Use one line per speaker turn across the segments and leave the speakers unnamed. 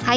Hi,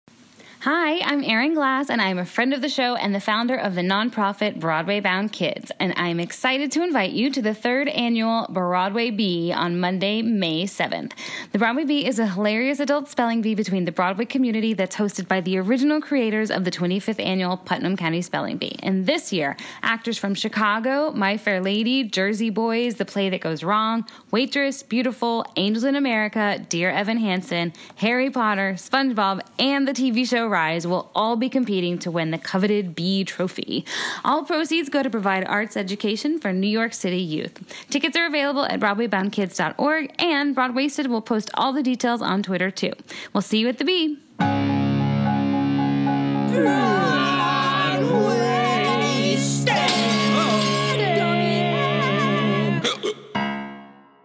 Hi, I'm Erin Glass, and I'm a friend of the show and the founder of the nonprofit Broadway Bound Kids. And I'm excited to invite you to the third annual Broadway Bee on Monday, May 7th. The Broadway Bee is a hilarious adult spelling bee between the Broadway community that's hosted by the original creators of the 25th annual Putnam County Spelling Bee. And this year, actors from Chicago, My Fair Lady, Jersey Boys, The Play That Goes Wrong, Waitress, Beautiful, Angels in America, Dear Evan Hansen, Harry Potter, SpongeBob, and the TV show Rise will all be competing to win the coveted B trophy. All proceeds go to provide arts education for New York City youth. Tickets are available at BroadwayBoundKids.org, and Broadwasted will post all the details on Twitter too. We'll see you at the B.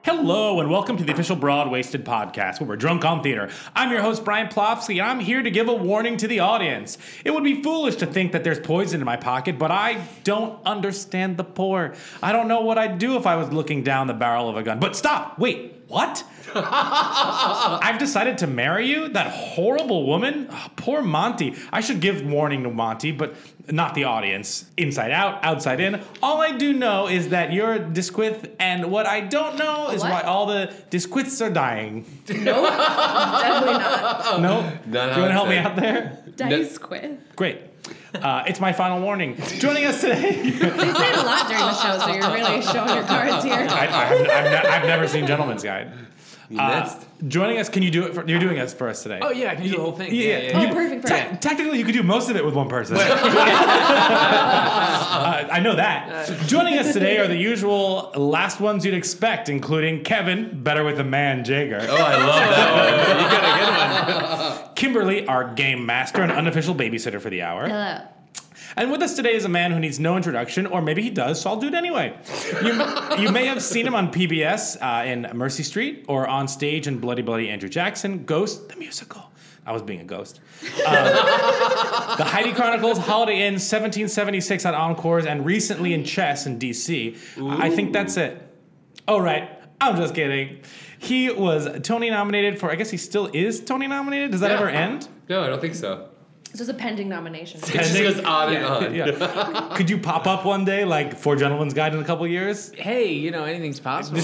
Hello, and welcome to the official Broad Wasted podcast, where we're drunk on theater. I'm your host, Brian Plofsky, and I'm here to give a warning to the audience. It would be foolish to think that there's poison in my pocket, but I don't understand the poor. I don't know what I'd do if I was looking down the barrel of a gun. But stop! Wait, what? I've decided to marry you? That horrible woman? Ah, poor Monty. I should give warning to Monty, but not the audience. Inside out, outside in. All I do know is that you're a disquith, and what I don't know is why all the disquiths are dying.
Definitely not.
No?
how
you want to
it's
help me
said.
out there?
Dice quit.
Great. Uh, it's my final warning. Joining us today,
They say it a lot during the show, so you're really showing your cards here.
I, have ne- I've never seen Gentleman's Guide. Uh,
missed.
joining us, can you do it? For, you're doing us for us today.
Oh yeah, I can do the whole thing.
Yeah, yeah,
Oh, perfect,
te-
perfect.
technically, you could do most of it with one person. Uh, I know that. Joining us today are the usual last ones you'd expect, including Kevin, better with a man, Jager.
Oh, I love that one. You gotta get
Kimberly, our game master and unofficial babysitter for the hour.
Hello.
And with us today is a man who needs no introduction, or maybe he does, so I'll do it anyway. You, you may have seen him on PBS uh, in Mercy Street or on stage in Bloody Bloody Andrew Jackson, Ghost the Musical. I was being a ghost. Um, the Heidi Chronicles, Holiday Inn, 1776 on Encores, and recently in Chess in DC. I think that's it. Oh, right. I'm just kidding. He was Tony nominated for, I guess he still is Tony nominated. Does that
Yeah.
ever end?
No, I don't think so.
This is a pending nomination.
It just goes on and on.
Yeah. Could you pop up one day, like Four Gentlemen's Guide in a couple years?
Hey, you know, anything's possible.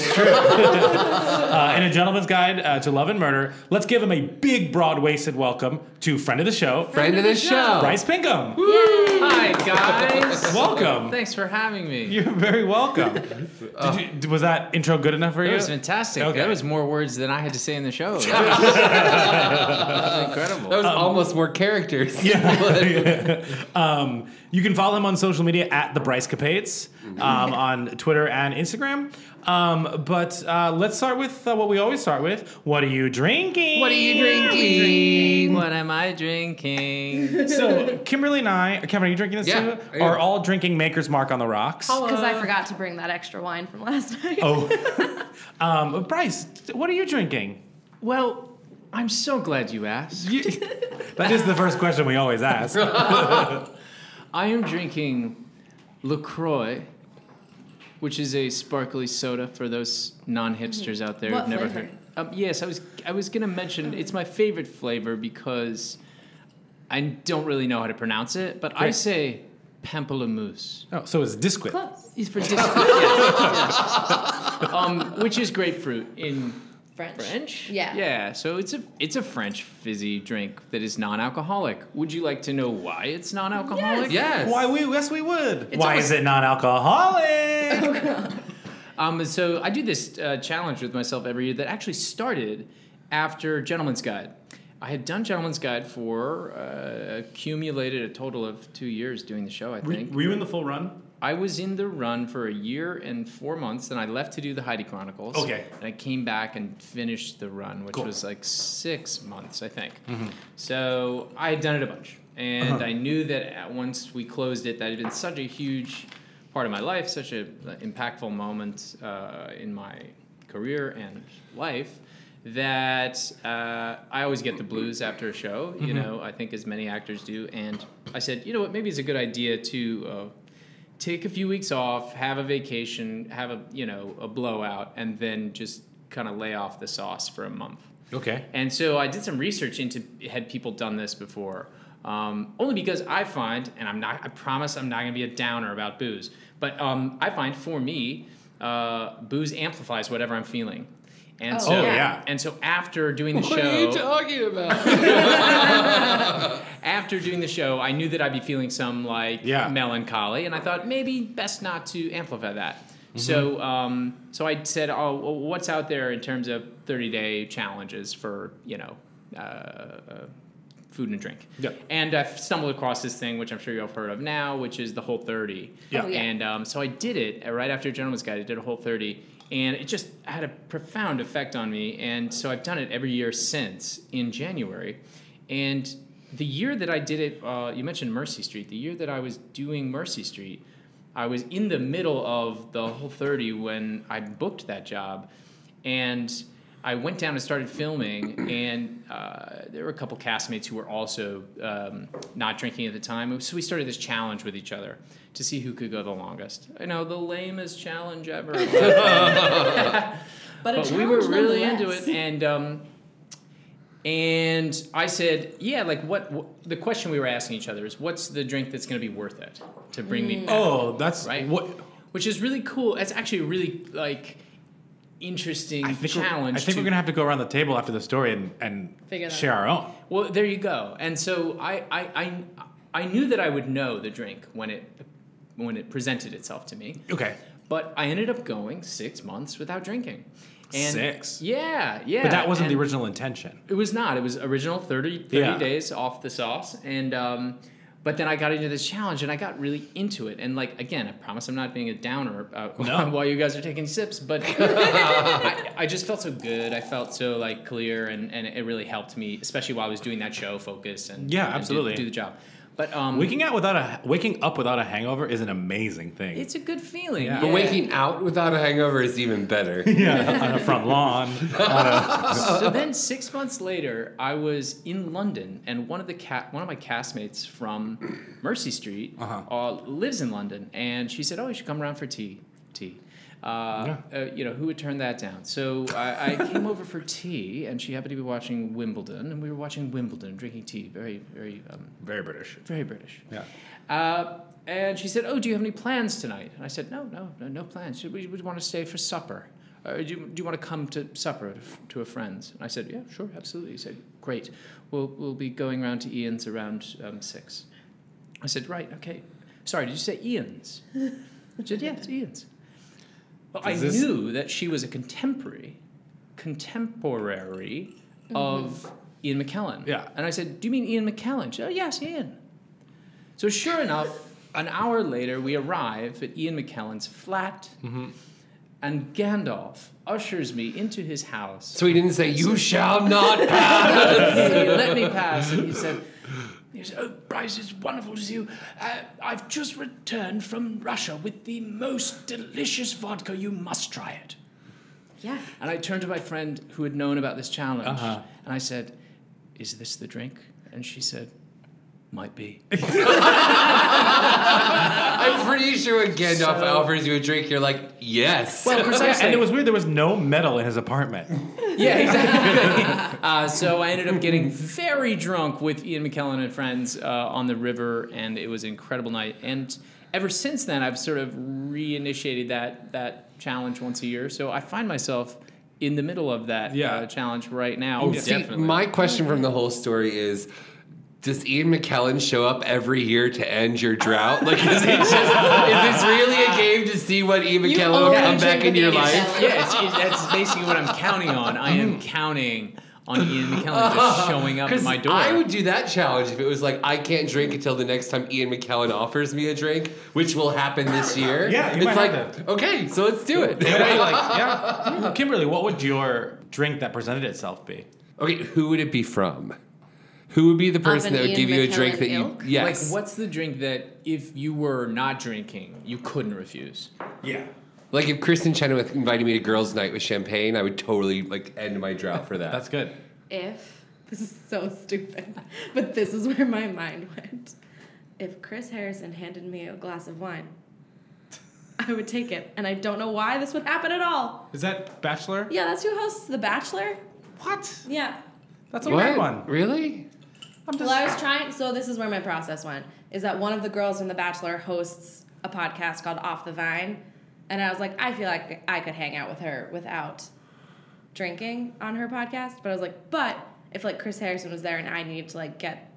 Uh, in a Gentleman's Guide uh, to Love and Murder, let's give him a big, broad-waisted welcome to friend of the show,
Friend of the show.
Bryce Pinkham.
Hi, guys.
Welcome.
Thanks for having me.
You're very welcome. Did you, d- was that intro good enough for
that
you?
was fantastic.
Okay.
That was more words than I had to say in the show. That was, that was
That
incredible.
was Um, almost more characters.
Um, you can follow him on social media at the Bryce Capades
Mm-hmm.
um, on Twitter and Instagram. Um, but uh, let's start with uh, what we always start with. What are you drinking?
What are you drinking? What am I drinking?
So Kimberly and I, Kevin, are you drinking this
Yeah, I
too?
am.
Are all drinking Maker's Mark on the rocks?
Because I forgot to bring that extra wine from last night.
Oh. um, Bryce, what are you drinking?
Well, I'm so glad you asked.
You- that is the first question we always ask.
I am drinking LaCroix, which is a sparkly soda for those non-hipsters out there
What
who've never
flavor?
heard. Um, yes, I was I was gonna mention it's my favorite flavor because I don't really know how to pronounce it, but I
Great.
say pamplemousse.
Oh, so it's Disquit.
It's for dis- yes, yes. Um, which is grapefruit in
French.
French.
Yeah.
Yeah. So it's a it's a French fizzy drink that is non-alcoholic. Would you like to know why it's non-alcoholic?
yes.
Why we? Yes, we would.
It's
Why
almost-
is it non-alcoholic?
Um, so I do this uh, challenge with myself every year that actually started after Gentleman's Guide. I had done Gentleman's Guide for uh, accumulated a total of two years doing the show. I think
Were you in the full run?
I was in the run for a year and four months, and I left to do the Heidi Chronicles.
Okay.
And I came back and finished the run, which
Cool. Mm-hmm.
was like six months, I think. So I had done it a bunch, and
Uh-huh.
I knew that at- once we closed it, that had been such a huge part of my life, such a uh, impactful moment uh, in my career and life. That uh, I always get the blues after a show,
Mm-hmm.
you know. I think as many actors do, and I said, you know what, maybe it's a good idea to uh,
take a few weeks off, have a vacation, have a you know a blowout, and then just kind of lay off the sauce for a month.
Okay.
And so I did some research into had people done this before, um, only because I find, and I'm not, I promise I'm not going to be a downer about booze, but um, I find for me, uh, booze amplifies whatever I'm feeling. And
Oh,
so,
Oh,
yeah.
and so after doing the
What
show,
are you talking about?
after doing the show, I knew that I'd be feeling some like
Yeah.
melancholy, and I thought maybe best not to amplify that. So, um, so I said, "Oh, well, what's out there in terms of 30-day challenges for you know, uh, uh, food and drink?"
Yep.
And I stumbled across this thing, which I'm sure you've heard of now, which is the Whole 30.
Yeah. Oh, yeah.
And um, so I did it uh, right after Gentleman's Guide. I did a Whole 30, and it just had a profound effect on me. And so I've done it every year since in January. And the year that I did it, uh, you mentioned Mercy Street. The year that I was doing Mercy Street, I was in the middle of the Whole 30 when I booked that job, and I went down and started filming, and uh, there were a couple castmates who were also um, not drinking at the time. So we started this challenge with each other to see who could go the longest. I know the lamest challenge ever, but,
But, a
but we were
challenge
really into
nonetheless.
it. And um, and I said, yeah, like what, what? The question we were asking each other is, what's the drink that's going to be worth it to bring
Mm.
me back?
Oh, that's
Right.
What
Which is really cool. It's actually a really like interesting
I think. we're-
challenge.
I think we're gonna have to go around the table after the story and and
Figure that
share our own.
Well, there you go. And so I, I, I, I knew that I would know the drink when it, when it presented itself to me.
Okay.
But I ended up going six months without drinking. And
Six?
Yeah, yeah.
But that wasn't the
and-
original intention.
It was not. It was original 30, 30
Yeah.
days off the sauce. And, um, but then I got into this challenge and I got really into it. And like, again, I promise I'm not being a downer uh,
No.
while you guys are taking sips, but I, I just felt so good. I felt so like clear and, and it really helped me, especially while I was doing that show focus and
Yeah,
and do-
absolutely.
Do, the job. But, um,
Waking out without a waking up without a hangover is an amazing thing.
it's a good feeling.
Yeah.
Yeah.
But
But waking out without a hangover is even better.
yeah, on a front lawn.
so then six months later, I was in London, and one of the ca- one of my castmates from Mercy Street uh lives in London, and she said, "Oh, you should come around for tea, tea." Uh, uh, you know who would turn that down? So I, I came over for tea, and she happened to be watching Wimbledon, and we were watching Wimbledon, drinking tea, very, very, um,
Very British.
very British.
Yeah.
Uh, and she said, "Oh, do you have any plans tonight?" And I said, "No, no, no, no plans. She said, We would want to stay for supper. Uh, do, you, do you want to come to supper to, f- to a friend's?" And I said, "Yeah, sure, absolutely." He said, "Great. We'll we'll be going around to Ian's around um, six. I said, "Right, okay. Sorry, did you say Ian's?" I said, "Yeah, it's Ian's." Well, I
Is this-
knew that she was a contemporary, contemporary of Ian McKellen.
Yeah.
And I said, "Do you mean Ian McKellen?" She said, "Oh, yes, Ian." So sure enough, an hour later, we arrive at Ian McKellen's flat, and Gandalf ushers me into his house.
So he didn't say, You shall not pass.
he let me pass, and he said, he said, "Oh, Bryce, it's wonderful to see you. Uh, I've just returned from Russia with the most delicious vodka. You must try it."
Yeah.
And I turned to my friend who had known about this challenge,
Uh-huh.
and I said, "Is this the drink?" And she said, "Might be."
I'm pretty sure when Gandalf
So-
offers you a drink, you're like, Yes.
Well, precisely.
And it was weird. There was no metal in his apartment.
Yeah, exactly. uh, so I ended up getting very drunk with Ian McKellen and friends uh, on the river, and it was an incredible night. And ever since then, I've sort of reinitiated that that challenge once a year. So I find myself in the middle of that
Yeah.
uh, challenge right now.
Oh, See, my question from the whole story is. Does Ian McKellen show up every year to end your drought? Like, is it just, is this really a game to see what Ian
You
McKellen will
only
come
drink
back
with
in your
Ian
life?
McKellen.
yeah, it's, it, that's basically what I'm counting on. I
Mm-hmm.
am counting on Ian McKellen just showing up at
Because
my door.
I would do that challenge if it was like I can't drink until the next time Ian McKellen offers me a drink, which will happen this year.
Yeah, you
it's
might
like
have
okay, so let's do it.
Wait, like, yeah. Hmm, Kimberly, what would your drink that presented itself be?
okay, who would it be from? Who would be the person
an
that would
Ian
give you a drink
McKellen
that you
ilk?
yes?
Like, what's the drink that if you were not drinking, you couldn't refuse?
Yeah.
Like if Kristen Chenoweth invited me to girls' night with champagne, I would totally like end my drought for that.
That's good.
If this is so stupid, but this is where my mind went. If Chris Harrison handed me a glass of wine, I would take it. And I don't know why this would happen at all.
Is that Bachelor?
Yeah, that's who hosts The Bachelor.
What?
Yeah.
That's a
What?
weird one.
Really?
Well, I was trying. So this is where my process went: is that one of the girls from The Bachelor hosts a podcast called Off the Vine, and I was like, I feel like I could hang out with her without drinking on her podcast. But I was like, but if like Chris Harrison was there and I needed to like get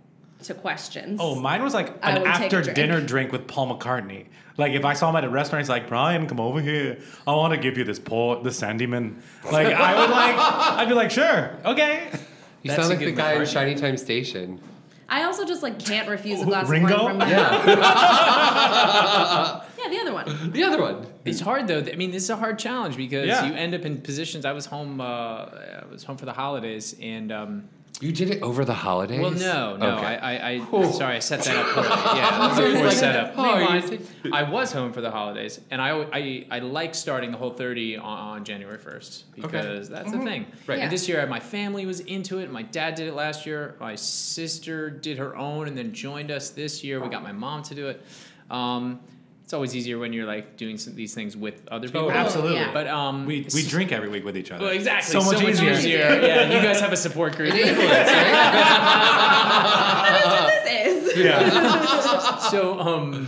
to questions,
Oh, mine was like
I
an
would take a
after
drink.
dinner drink with Paul McCartney. Like if I saw him at a restaurant, he's like, Brian, come over here. I want to give you this port, the Sandyman. Like I would like, I'd be like, sure, okay.
You
That's
sound
a
like the
good
guy in
McCartney.
Shiny Time Station.
I also just like can't refuse a
Who,
glass of
Ringo?
wine from
Yeah.
yeah the other one.
the other one.
It's hard though. I mean, this is a hard challenge because
Yeah.
you end up in positions. I was home. Uh, I was home for the holidays, and um,
You did it over the holidays?
well, no, no.
Okay.
I, I, I
Oh.
sorry, I set that up. poorly. Yeah, that was
I was
a poor
like,
setup.
oh, are you
Rewind.
sick?
I was home for the holidays, and I, I, I like starting the whole thirty on, on January first because that's the thing. Right.
Yeah.
And this year, my family was into it. My dad did it last year. My sister did her own, and then joined us this year. We got my mom to do it. Um, it's always easier when you're like doing some, these things with other
Oh,
people.
Absolutely.
Oh, Yeah.
But um,
We we drink every week with each other.
Well, exactly.
So much easier.
yeah, you guys have a support group.
That is what this is.
so, um,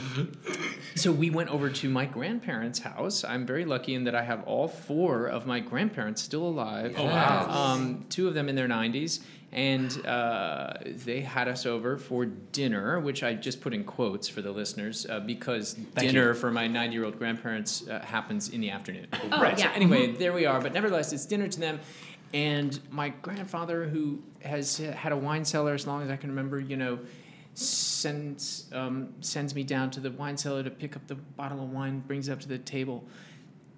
so we went over to my grandparents' house. I'm very lucky in that I have all four of my grandparents still alive. Oh
wow.
Um, two of them in their 90s, and uh, they had us over for dinner, which I just put in quotes for the listeners uh, because dinner for my 90 year old grandparents uh, happens in the afternoon.
Oh,
right. So
yeah.
anyway, there we are. But nevertheless, it's dinner to them. And my grandfather, who has had a wine cellar as long as I can remember, you know, sends um, sends me down to the wine cellar to pick up the bottle of wine, brings it up to the table,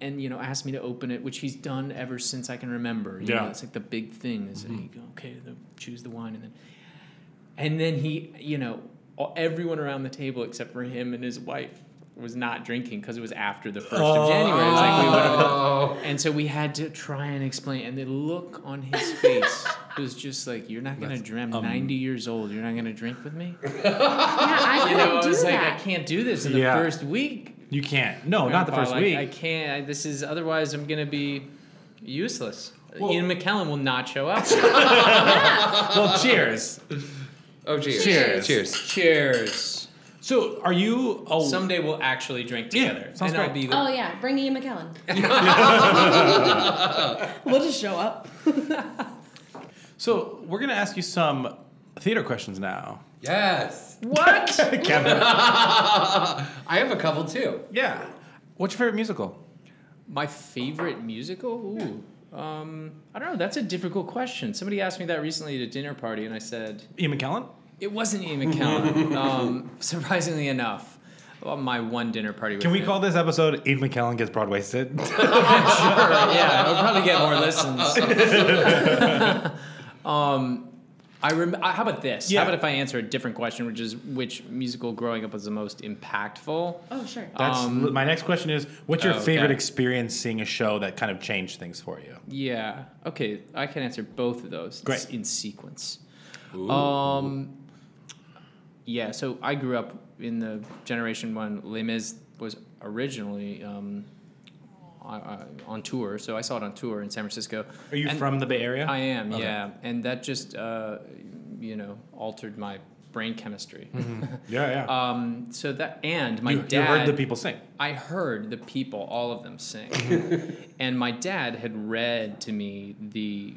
and you know, asks me to open it, which he's done ever since I can remember. You know,
Yeah.
it's like the big thing is that you go, okay, the, choose the wine, and then and then he, you know, all, everyone around the table except for him and his wife was not drinking because it was after the first of January. It's like we went over the-
Oh.
and so we had to try and explain, and the look on his face was just like, "You're not gonna drink. I'm 90 years old. You're not gonna drink with me."
Yeah, I
You
couldn't
know, I
do
was like,
that.
"I can't do this in the
Yeah.
first week."
You can't. No, not the
Grandpa,
first
like,
week.
I can't. I, this is otherwise, I'm gonna be useless.
Well-
Ian McKellen will not show up.
well, cheers.
Oh, cheers.
Cheers.
Cheers.
Cheers.
So are you? Oh,
Someday we'll actually drink
Yeah,
together,
sounds
and I'll
great.
be the
Oh yeah, bring Ian McKellen. we'll just show up.
so we're gonna ask you some theater questions now.
Yes.
what?
Kevin.
I have a couple too.
yeah. What's your favorite musical?
My favorite musical? Ooh. Um, I don't know. That's a difficult question. Somebody asked me that recently at a dinner party, and I said
Ian McKellen.
it wasn't Ian McKellen. um, surprisingly enough, well, my one dinner party. With
Can we
him.
call this episode "Ian McKellen Gets Broad Wasted"?
sure. Yeah, it'll probably get more listens. um, I rem- uh, how about this?
Yeah.
How about if I answer a different question, which is which musical growing up was the most impactful?
Oh sure.
That's
Um,
li- my next question is what's your
okay.
favorite experience seeing a show that kind of changed things for you?
Yeah. Okay, I can answer both of those.
Great.
in sequence. Um, yeah. So I grew up in the generation when Les Mis was originally um, I, I, on tour, so I saw it on tour in San Francisco.
Are you
And-
from the Bay Area?
I am,
Okay.
yeah, and that just uh, you know altered my brain chemistry.
Yeah, yeah.
um, so that and my
Mm-hmm. you,
dad.
you heard the people sing.
I heard the people, all of them sing. and my dad had read to me the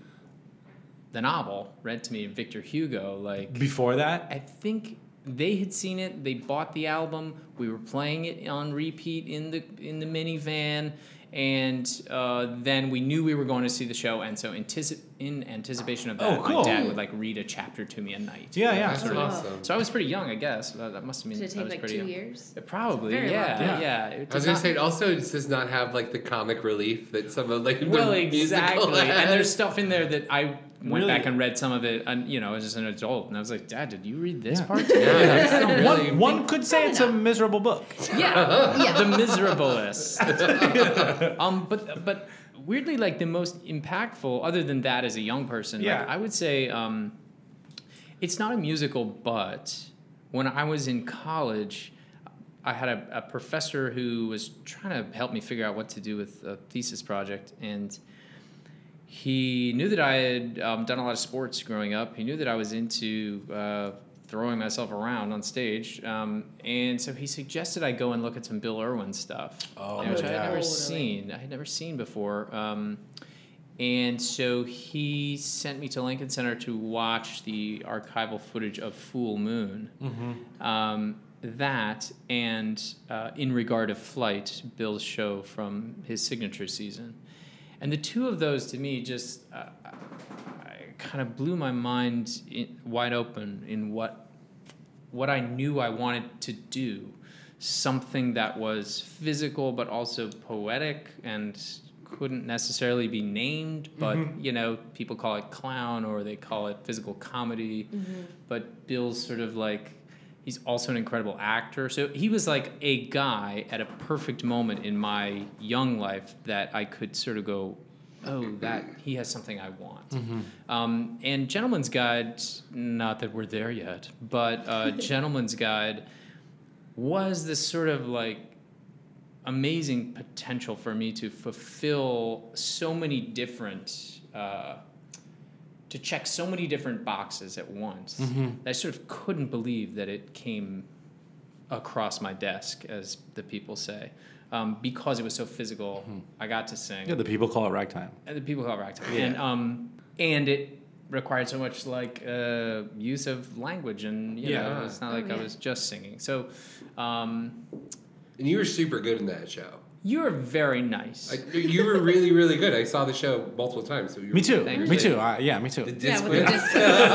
the novel, read to me Victor Hugo, like
Before that,
I think they had seen it. They bought the album. We were playing it on repeat in the in the minivan, and uh, then we knew we were going to see the show. And so, antici- in anticipation of that,
Oh, cool.
my dad would like read a chapter to me a night.
Yeah, yeah.
That's
Sort
awesome.
So I was pretty young, I guess. That, that must have been
Did it
I
take
was
like
pretty
two
young.
years?
Probably,
Very long.
yeah,
Yeah.
yeah. It
I was
does
gonna
not-
say it also just does not have like the comic relief that some of like the
well,
musical
exactly.
has.
And there's stuff in there that I went
Really?
back and read some of it, and you know, as an adult, and I was like, Dad, did you read this
Yeah.
part?
Yeah, it's really-
one, one could say it's a miserable book.
Yeah. yeah.
the miserablest. um, but but weirdly, like the most impactful, other than that, as a young person, like,
Yeah.
I would say um, it's not a musical, but when I was in college, I had a, a professor who was trying to help me figure out what to do with a thesis project, and he knew that I had um, done a lot of sports growing up. He knew that I was into uh, throwing myself around on stage, um, and so he suggested I go and look at some Bill Irwin stuff, oh, which I had never seen. I had never seen before. Um, and so he sent me to Lincoln Center to watch the archival footage of Full Moon. Um, that and uh, In Regard of Flight, Bill's show from his signature season. And the two of those to me just uh, kind of blew my mind in, wide open in what what I knew I wanted to do, something that was physical but also poetic and couldn't necessarily be named, but you know, people call it clown or they call it physical comedy. But Bill's sort of like he's also an incredible actor. So he was like a guy at a perfect moment in my young life that I could sort of go, oh, that he has something I want. Um, and Gentleman's Guide, not that we're there yet, but uh, Gentleman's Guide was this sort of like amazing potential for me to fulfill so many different. Uh, to check so many different boxes at once. I sort of couldn't believe that it came across my desk, as the people say, um, because it was so physical. I got to sing
Yeah, the people call it ragtime.
and the people who have ragtime. And um, and it required so much like uh, use of language, and you
Yeah.
know, it's not like I was just singing. So, um,
And you were super good in that show.
you're very nice.
I, you were really, really good. I saw the show multiple times. So you were,
Me too.
Thank
me
you.
too. Uh, yeah, me
The
too.
Yeah,
disc
with the
whip.
disquiz.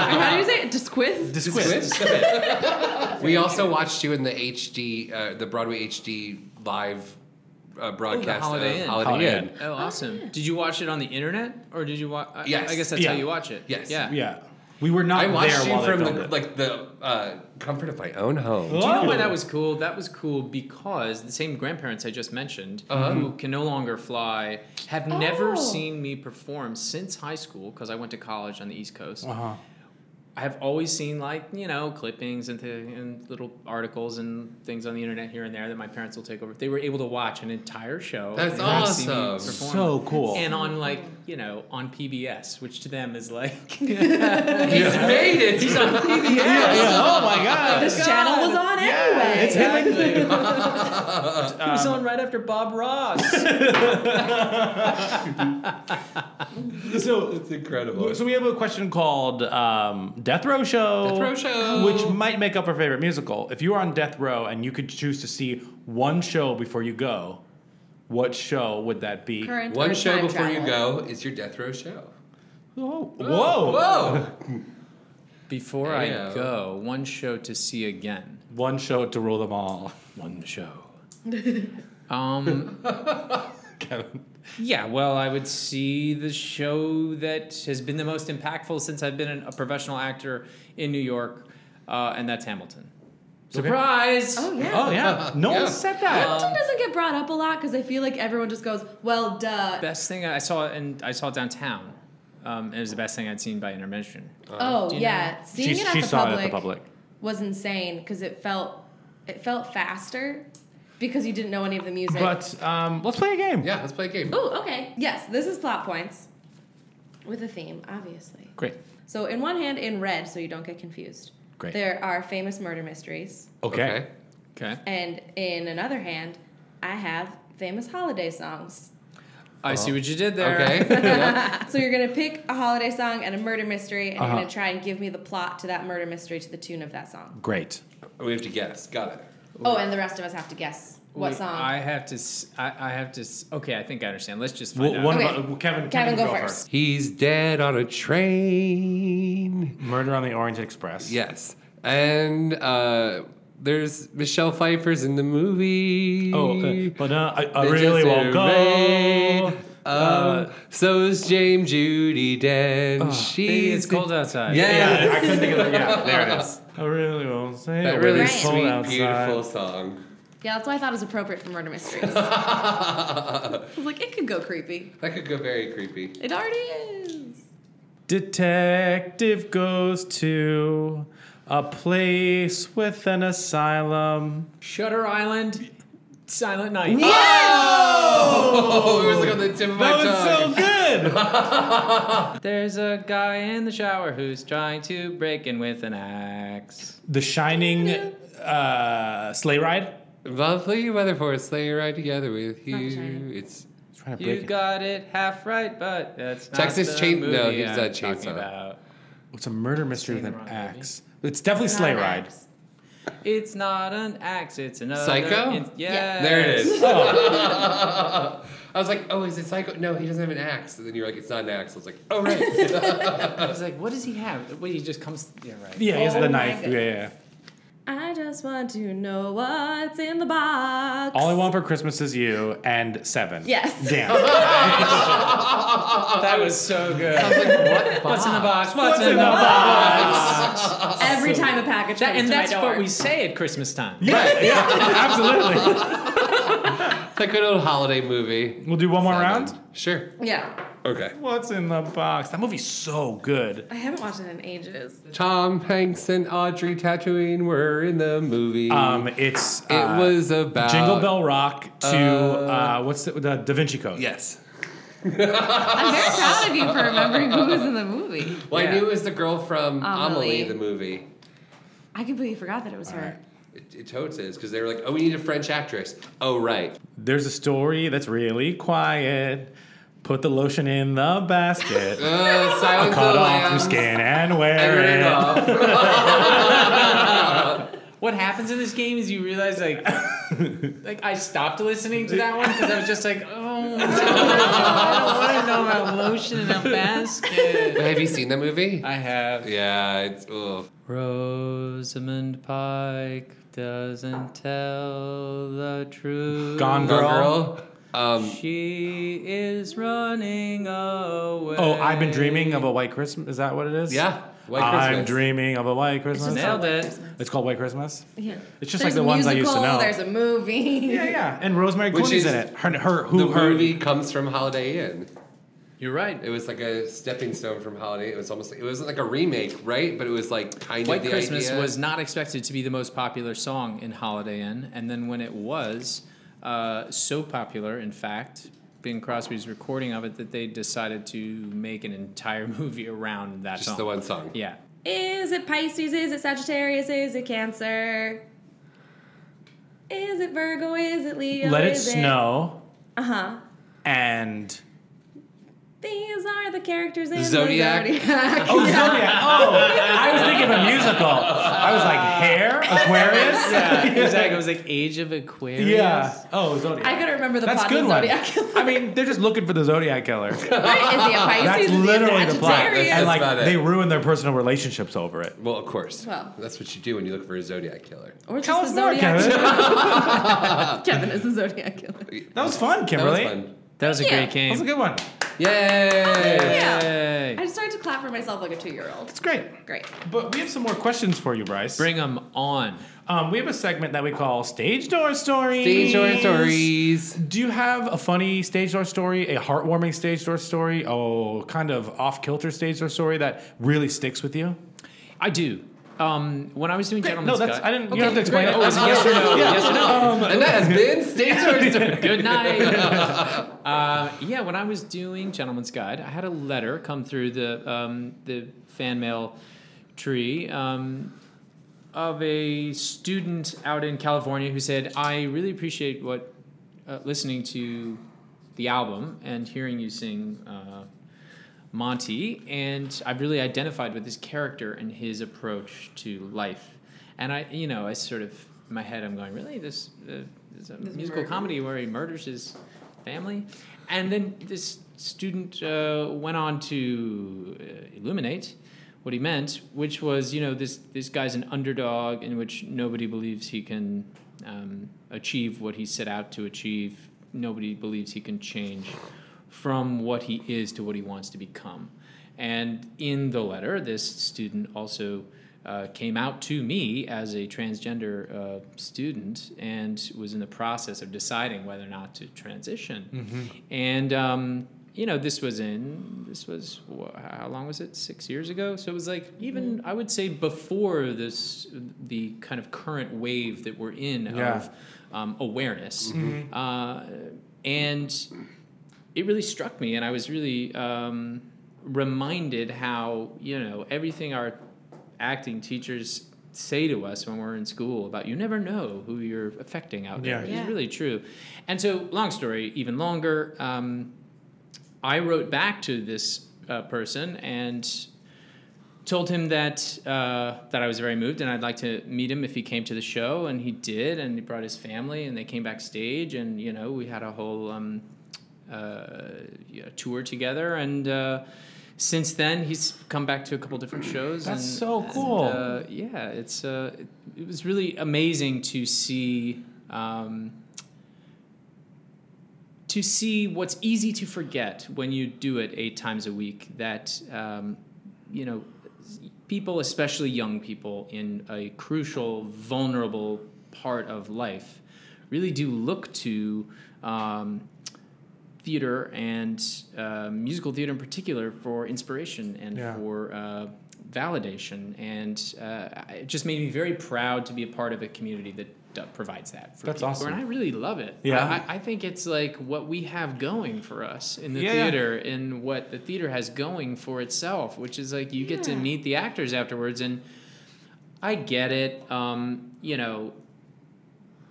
How do you say it? Disquiz?
Disquiz.
we also watched you in the HD, uh, the Broadway HD live uh, broadcast
Holiday
of
Inn.
Holiday,
Holiday
Inn.
Inn.
Oh, awesome! Did you watch it on the internet, or did you watch? I,
Yes.
I guess that's how
Yeah.
you watch it.
Yes.
Yeah.
Yeah, we were not
I watched
there
you
while
from
they
the,
filmed it.
like the uh, comfort of my own home.
Do you know why
Oh.
that was cool? That was cool because the same grandparents I just mentioned, who can no longer fly, have
Oh.
never seen me perform since high school because I went to college on the East Coast.
Uh-huh.
I have always seen like you know clippings and, th- and little articles and things on the internet here and there that my parents will take over. They were able to watch an entire show.
That's
and not see me
awesome.
perform.
so cool.
and on like you know on PBS, which to them is like
He's made it. He's on PBS.
oh my god.
This channel was on anyway.
It's him.
Exactly. He was on right after Bob Ross.
So,
It's incredible.
so we have a question called um, Death Row Show.
Death Row Show.
Which might make up our favorite musical. If you were on Death Row and you could choose to see one show before you go, what show would that be?
Current or
One show
time
before you
travel?
go is your death row show.
Oh, Whoa. Whoa.
Oh, Whoa!
Before
Ayo.
I go, one show to see again.
One show to rule them all.
One show. um,
Kevin.
yeah, well, I would see the show that has been the most impactful since I've been an- a professional actor in New York, uh, and that's Hamilton. Surprise!
Oh, yeah.
Oh yeah. No
Yeah.
one said that.
Hamilton doesn't get brought up a lot because I feel like everyone just goes, well, duh.
Best thing I saw, and I saw it downtown. Um, it was the best thing I'd seen by intermission.
oh, yeah. Seeing
She,
it at
she
the
saw
public.
it at the public.
was insane because it felt it felt faster because you didn't know any of the music.
But um, let's play a game.
Yeah, let's play a game.
oh, okay. Yes, this is plot points with a theme, obviously.
Great.
So in one hand, in red, so you don't get confused.
Great.
There are famous murder mysteries,
Okay.
Okay.
and in another hand, I have famous holiday songs.
I
Uh,
see what you did there.
Okay. Yeah.
So you're gonna pick a holiday song and a murder mystery, and
Uh-huh.
you're gonna try and give me the plot to that murder mystery to the tune of that song.
Great.
we have to guess. Got it.
Oh, and the rest of us have to guess what
Wait,
song.
I have to. s- I, I have to. s- Okay, I think I understand. Let's just find
Well,
out.
one
Okay.
of uh, well, Kevin,
Kevin,
can
go first.
He's dead on a train.
Murder on the Orange Express.
Yes. And uh, there's Michelle Pfeiffer's in the movie.
Oh, uh, but uh, I, I
They
really
just
won't Uh,
array.
go.
Oh, so's James Judy Den.
Oh,
Hey,
She's
it's cold outside.
Yeah,
Yeah, I couldn't think of that. Yeah,
there it is.
I really won't say
That
it.
really
Right.
It's cold
sweet,
outside.
beautiful song.
Yeah, that's why I thought it was appropriate for murder mysteries. I was like, it could go creepy.
That could go very creepy.
It already is.
Detective goes to a A place with an asylum.
Shutter Island, Silent Night.
Oh, it was like on the tip of my
That
tongue.
was so good.
There's a guy in the shower who's trying to break in with an axe.
the Shining uh, sleigh ride.
Lovely weather for a sleigh ride together with you.
China.
It's
Trying to
You
break it.
got it half right, but that's not
Texas
the
Chain-
movie
no, he's
I'm
that
talking
chainsaw.
about.
It's a murder mystery with
Seen
an
the wrong movie.
axe. It's definitely sleigh ride.
It's not an axe. It's another.
Psycho?
Uh,
yeah.
there. It is.
Oh,
I was like, oh, is it psycho? No, he doesn't have an axe. And then you're like, it's not an axe. I was like, oh right.
I was like, what does he have? Wait, he just comes. Yeah, right.
yeah, he has
Oh my
the knife. Yeah, yeah. yeah.
I just want to know what's in the box.
All I want for Christmas is you and seven.
Yes.
Damn.
That was so good.
I was like, what?
What's in the box? What's,
What's in the box?
Every time a package comes
And
to
that's
my door.
what we say at Christmas time.
Yeah, yeah, absolutely.
It's like a good old holiday movie.
We'll do one more round.
Sure.
Yeah.
Okay.
What's in the box? That movie's so good.
I haven't watched it in ages.
Tom Hanks and Audrey Tatooine were in the movie.
Um, it's
it
uh,
was about
Jingle Bell Rock to uh, what's the, the Da Vinci Code?
Yes.
I'm very proud of you for remembering who was in the movie.
Well,
Yeah.
I knew it was the girl from
Amelie.
Amelie, the movie.
I completely forgot that it was her.
It, it totes is because they were like, oh, we need a French actress. Oh, right.
There's a story that's really quiet. Put the lotion in the basket.
Uh, Silence of
Cut
the
off your
Lambs.
skin and
And
wear
ran
it.
off.
What happens in this game is you realize like, like I stopped listening to that one because I was just like, oh, no, I don't want to know about lotion in a basket.
But have you seen that movie?
I have.
Yeah, it's ugh.
Rosamund Pike doesn't tell the truth.
Gone Girl.
Gone Girl. Um,
She is running away.
Oh, I've been dreaming of a white Christmas. Is that what it is?
yeah, White Christmas.
I'm dreaming of a white Christmas.
Nailed it.
It's called White Christmas.
Yeah.
It's just
There's
like the
a
ones I
musical,
used to know.
There's a movie.
yeah, yeah. And Rosemary
Which
Clooney's
is
in it. Her, her who
The
her
movie comes from Holiday Inn.
You're right.
It was like a stepping stone from Holiday. It was almost like, it wasn't like a remake, right? But it was like kind
White
of the
Christmas
idea.
was not expected to be the most popular song in Holiday Inn, and then when it was, uh, so popular, in fact, Bing Crosby's recording of it that they decided to make an entire movie around that
just
song.
the one song.
Yeah.
Is it Pisces? Is it Sagittarius? Is it Cancer? Is it Virgo? Is it Leo?
Let It
Is
Snow
Uh huh.
and
These are the characters in
Zodiac.
the Zodiac.
Oh Zodiac. Oh, I was thinking of a musical. I was like Hair, Aquarius.
Yeah, exactly. It was like Age of Aquarius.
Yeah. Oh, Zodiac.
I gotta remember the
That's a
plot
good
of
one.
Zodiac Killer.
I mean, they're just looking for the Zodiac killer.
Right? Is he a Pisces?
That's
Is he a
literally the plot.
Sagittarius?
And like
about it.
they ruin their personal relationships over it.
Well, of course.
Well.
That's what you do when you look for a Zodiac killer.
Or just
Tell
the
us more,
Zodiac
Kevin.
Killer.
That
Kevin is the Zodiac Killer.
was fun,
That was
Kimberly.
fun.
That was a
Yeah.
great
That
game.
was a good one.
Yay!
Yeah.
Yay.
I just started to clap for myself like a two year old.
It's great.
Great.
But we have some more questions for you, Bryce.
Bring them on.
Um, we have a segment that we call Stage Door Stories.
Stage door stories.
Do you have a funny stage door story, a heartwarming stage door story, oh, kind of off kilter stage door story that really sticks with you?
I do. Um, when I was doing
No,
Gentleman's
that's
Guide-
I didn't. you don't have to explain it.
great.
Um,
Oh, it's a yes or no, yes or
no.
And that has been stage door stories.
Good night. uh, yeah, when I was doing Gentleman's Guide, I had a letter come through the um, the fan mail tree um, of a student out in California who said, "I really appreciate what uh, listening to the album and hearing you sing." Uh, Monty, and I've really identified with this character and his approach to life. And I, you know, I sort of in my head, I'm going, really, this, uh, this is a musical comedy where he murders his family, and then this student uh, went on to uh, illuminate what he meant, which was, you know, this this guy's an underdog in which nobody believes he can um, achieve what he set out to achieve. Nobody believes he can change from what he is to what he wants to become. And in the letter, this student also uh, came out to me as a transgender uh, student and was in the process of deciding whether or not to transition. And um, you know, this was in this was wha- how long was it? Six years ago. So it was like even I would say before this the kind of current wave that we're in
Yeah.
of um, awareness, uh, and it really struck me, and I was really um, reminded how you know everything our acting teachers say to us when we're in school about you never know who you're affecting out there.
Yeah.
It's
Yeah.
really true. And so, long story, even longer. Um, I wrote back to this uh, person and told him that uh, that I was very moved and I'd like to meet him if he came to the show, and he did, and he brought his family, and they came backstage, and you know we had a whole um, uh, yeah, tour together, and. Uh, since then, he's come back to a couple different shows.
That's
and-
so
and,
cool.
uh, yeah, it's uh, it, it was really amazing to see um, to see what's easy to forget when you do it eight times a week that um, you know people especially young people in a crucial vulnerable part of life really do look to um, theater and uh, musical theater in particular for inspiration and
Yeah.
for uh, validation and uh, it just made me very proud to be a part of a community that d- provides that for
That's
people.
awesome.
and I really love it
Yeah.
I- I- I think it's like what we have going for us in the
Yeah, yeah.
theater and what the theater has going for itself, which is like you get to meet the actors afterwards. And I get it. Um, you know,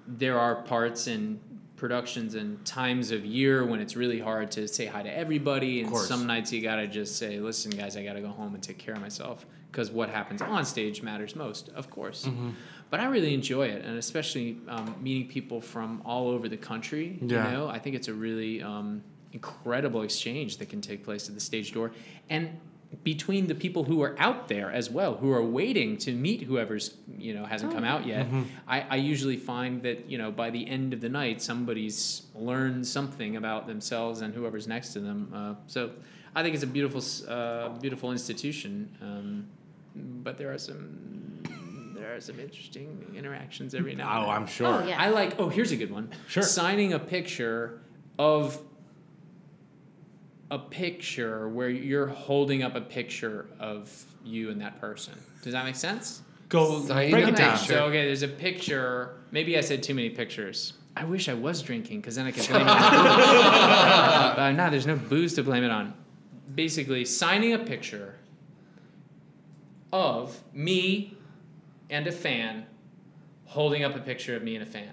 there are parts in productions and times of year when it's really hard to say hi to everybody. And
course.
some nights you got to just say, listen, guys, I got to go home and take care of myself because what happens on stage matters most, of course.
Mm-hmm.
But I really enjoy it, and especially um, meeting people from all over the country.
Yeah.
You know, I think it's a really um, incredible exchange that can take place at the stage door. And between the people who are out there as well, who are waiting to meet whoever's, you know, hasn't come out yet, I, I usually find that, you know, by the end of the night, somebody's learned something about themselves and whoever's next to them. Uh, so I think it's a beautiful, s- uh, beautiful institution. Um, but there are some, there are some interesting interactions every now. and
Oh,
then.
I'm sure.
Oh, yeah.
I like. Oh, here's a good one.
Sure.
Signing a picture of a picture where you're holding up a picture of you and that person. Does that make sense?
Go
Sign
break
the
it down.
picture.
So okay, there's a picture. Maybe I said too many pictures. I wish I was drinking because then I could blame it. on but I'm not. There's no booze to blame it on. Basically, signing a picture of me and a fan holding up a picture of me and a fan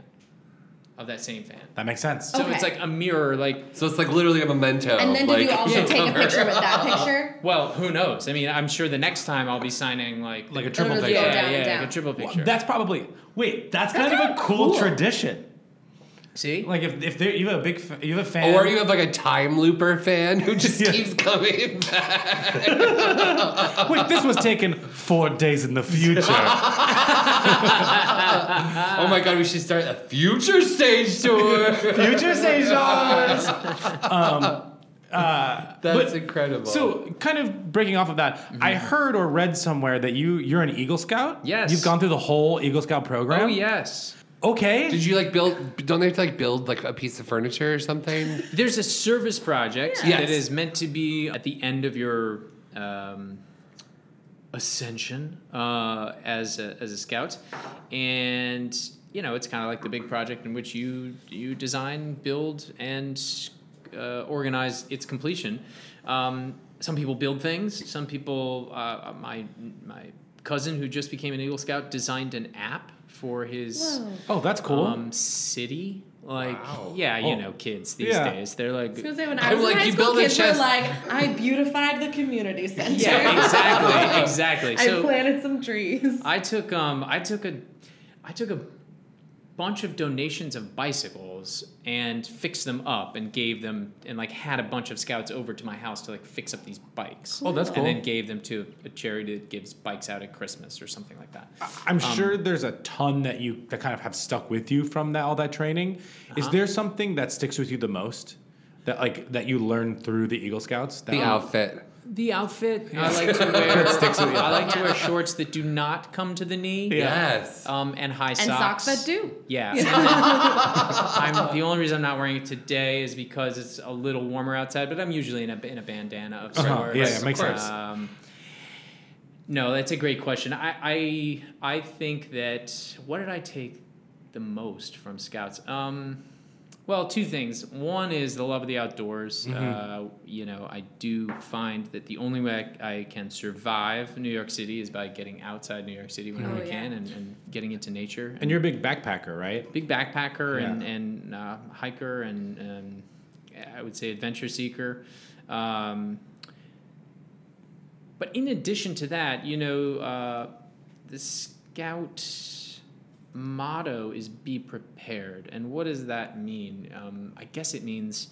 of that same fan.
That makes sense.
So
Okay.
it's like a mirror. Like,
So it's like literally a memento.
And then
like,
did you also
yeah.
take a picture with that picture?
well, who knows? I mean, I'm sure the next time I'll be signing like
Like a triple
It'll just
picture.
go down and
yeah, yeah,
down.
like a triple
Well,
picture.
That's probably wait. That's,
That's
kind of a
kinda
cool,
cool.
tradition.
See,
Like if if there, you have a big fa- you have a fan.
Or you have like a time looper fan who just
Yeah.
keeps coming back.
wait, this was taken four days in the future.
Ah.
oh my god, we should start a future stage tour.
future stage dollars.
That's
Um, uh, But-
incredible.
So, kind of breaking off of that, I heard or read somewhere that you you're an Eagle Scout.
Yes.
you've gone through the whole Eagle Scout program.
oh yes.
Okay.
did you like build? Don't they have to like build like a piece of furniture or something?
There's a service project
Yeah.
that
Yes.
is meant to be at the end of your um, ascension uh, as a, as a scout, and you know it's kind of like the big project in which you you design, build, and uh, organize its completion. Um, some people build things. Some people, uh, my my cousin who just became an Eagle Scout designed an app for his
oh, that's cool.
um, city. Like,
Wow.
yeah, you
Oh.
know, kids these
Yeah.
days, they're like,
I was gonna say when
I
I was
like,
in high
you
school,
build a
kids
chest-
were like, "I beautified the community center.
yeah, exactly, exactly.
I
So
planted some trees."
I took, um, I took a, I took a bunch of donations of bicycles and fixed them up and gave them and like had a bunch of scouts over to my house to like fix up these bikes.
Oh, that's
And
cool.
then gave them to a charity that gives bikes out at Christmas or something like that.
I'm sure there's a ton that you that kind of have stuck with you from that all that training. Is there something that sticks with you the most? That like that you learned through the Eagle Scouts? That
The outfit.
the outfit. I like to wear.
sticks with you.
I like to wear shorts that do not come to the knee.
Yes.
Um, and high
and socks.
socks.
that do.
Yeah. I'm, the only reason I'm not wearing it today is because it's a little warmer outside, but I'm usually in a, in a bandana of sorts.
Uh-huh. Yeah, yeah, makes
Of course.
sense.
Um, no, that's a great question. I, I I think that what did I take the most from Scouts? Um, well, two things. One is the love of the outdoors.
Mm-hmm.
Uh, you know, I do find that the only way I, I can survive New York City is by getting outside New York City whenever
Oh,
I
yeah.
can and, and getting into nature
And you're a big backpacker, right?
big backpacker and,
Yeah.
and uh, hiker and, and I would say adventure seeker. Um, but in addition to that, you know, uh, the scout motto is be prepared. And what does that mean? Um, I guess it means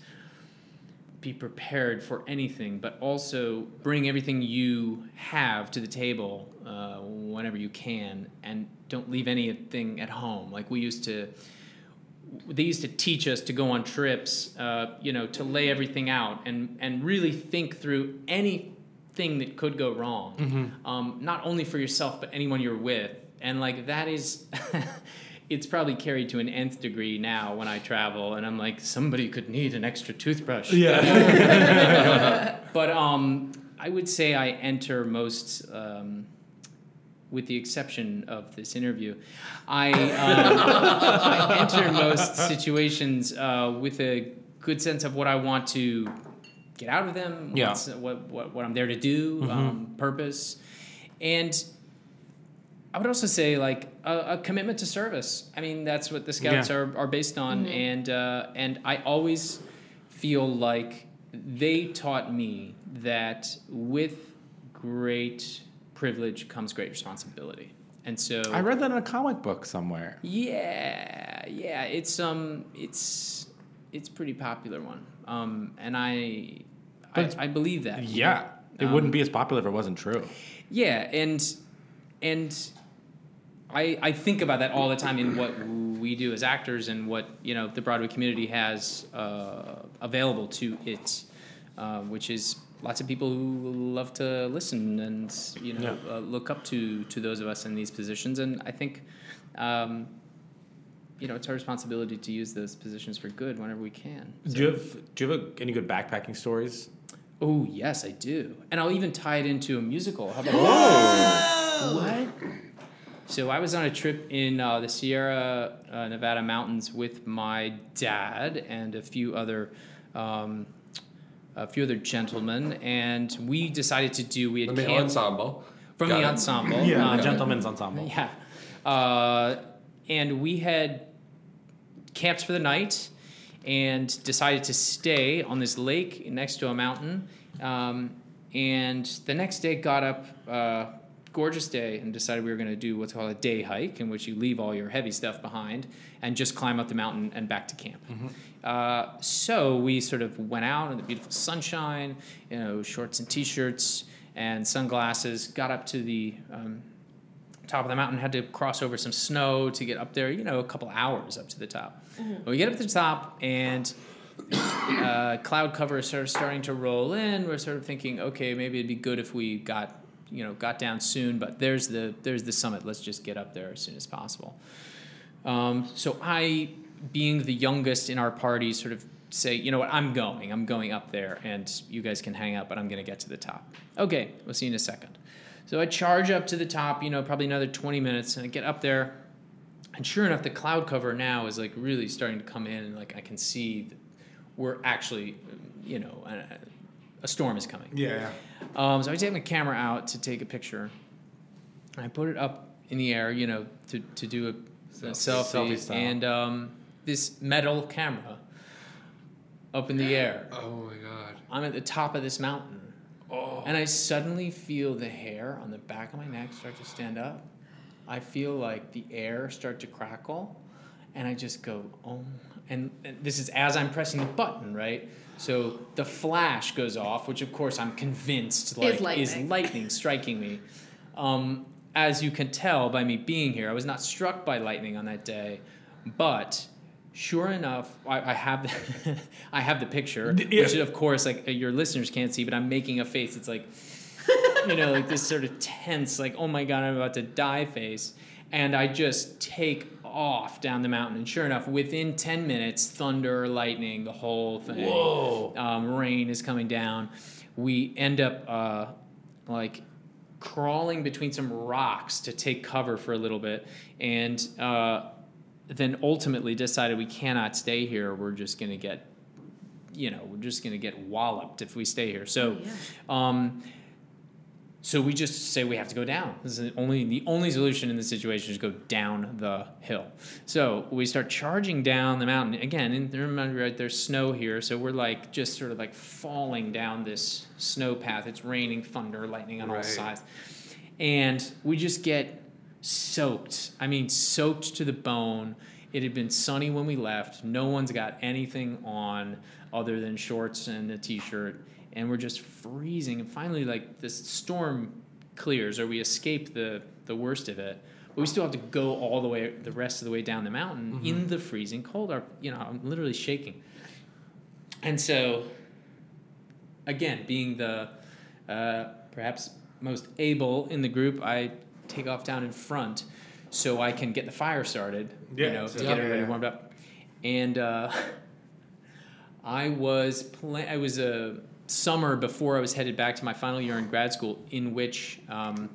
be prepared for anything, but also bring everything you have to the table uh, whenever you can, and don't leave anything at home. Like we used to, they used to teach us to go on trips, uh, you know, to lay everything out and and really think through anything that could go wrong, um, not only for yourself but anyone you're with, and like that is. It's probably carried to an nth degree now when I travel, and I'm like, somebody could need an extra toothbrush.
Yeah.
But um, I would say I enter most, um, with the exception of this interview, I, um, I enter most situations uh, with a good sense of what I want to get out of them,
Yeah. Mm-hmm.
what's- what, what, what I'm there to do, um, purpose. And I would also say like a, a commitment to service. I mean, that's what the scouts
Yeah.
are, are based on, and uh, and I always feel like they taught me that with great privilege comes great responsibility, and so
I read that in a comic book somewhere.
yeah, yeah, it's um, it's it's a pretty popular one, um, and I I, I believe that
Yeah. It
Um,
wouldn't be as popular if it wasn't true.
yeah, and and I I think about that all the time in what we do as actors and what you know the Broadway community has uh, available to it, uh, which is lots of people who love to listen and you know uh, look up to to those of us in these positions, and I think. Um, you know, it's our responsibility to use those positions for good whenever we can.
Do you have do you have a, any good backpacking stories?
Oh yes, I do, and I'll even tie it into a musical. How about that? What? So I was on a trip in uh, the Sierra uh, Nevada mountains with my dad and a few other. Um, a few other gentlemen, and we decided to do. We had
From the
camped-
ensemble.
from
Got
the
it.
ensemble.
Uh,
um,
gentleman's ensemble.
yeah. Uh, and we had camped for the night and decided to stay on this lake next to a mountain. Um, and the next day, got up, uh, gorgeous day, and decided we were going to do what's called a day hike, in which you leave all your heavy stuff behind and just climb up the mountain and back to camp. Uh, so we sort of went out in the beautiful sunshine, you know, shorts and t shirts and sunglasses, got up to the um, top of the mountain, had to cross over some snow to get up there, you know, a couple hours up to the top. We get up to the top and uh, cloud cover is sort of starting to roll in. We're sort of thinking, okay, maybe it'd be good if we got, you know, got down soon, but there's the there's the summit. Let's just get up there as soon as possible. Um, so I, being the youngest in our party, sort of say, you know what, I'm going. I'm going up there, and you guys can hang out, but I'm going to get to the top. Okay, we'll see you in a second. So I charge up to the top, you know, probably another 20 minutes, and I get up there. And sure enough, the cloud cover now is like really starting to come in, and like I can see that we're actually, you know, a, a storm is coming.
Yeah.
Um, so I take my camera out to take a picture. And I put it up in the air, you know, to, to do a, a selfie.
Selfie style.
And um, this metal camera up in the air.
Oh my god.
I'm at the top of this mountain. And I suddenly feel the hair on the back of my neck start to stand up. I feel like the air start to crackle. And I just go, oh. And, and this is as I'm pressing the button, right? So the flash goes off, which of course I'm convinced like, is
lightning.
lightning striking me. Um, as you can tell by me being here, I was not struck by lightning on that day, but Sure enough, I, I have the, I have the picture,
D- yeah.
which of course, like uh, your listeners can't see, but I'm making a face. It's like, you know, like this sort of tense, like oh my god, I'm about to die face, and I just take off down the mountain. And sure enough, within ten minutes, thunder, lightning, the whole thing. Whoa! Um, rain is coming down. We end up uh, like crawling between some rocks to take cover for a little bit, and. Uh, then ultimately decided we cannot stay here. We're just going to get, you know, we're just going to get walloped if we stay here. So, um, so we just say we have to go down. This is the only the only solution in this situation is go down the hill. So we start charging down the mountain again. And remember, right, there's snow here, so we're like just sort of like falling down this snow path. It's raining, thunder, lightning on all sides, and we just get soaked. I mean, soaked to the bone. It had been sunny when we left. No one's got anything on other than shorts and a t-shirt, and we're just freezing. And finally, like this storm clears, or we escape the the worst of it. But we still have to go all the way, the rest of the way down the mountain in the freezing cold. Our, you know, I'm literally shaking. And so, again, being the uh, perhaps most able in the group, I take off down in front so I can get the fire started,
Yeah,
you know, to
yeah,
get everybody
yeah.
warmed up. And uh, I was pla I was a summer before I was headed back to my final year in grad school, in which um,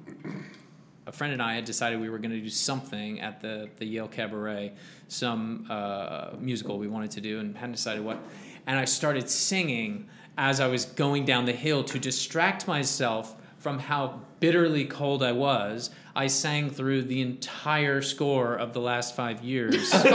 a friend and I had decided we were going to do something at the, the Yale Cabaret, some uh, musical we wanted to do, and hadn't decided what. And I started singing as I was going down the hill to distract myself from how bitterly cold I was. I sang through the entire score of the last five years,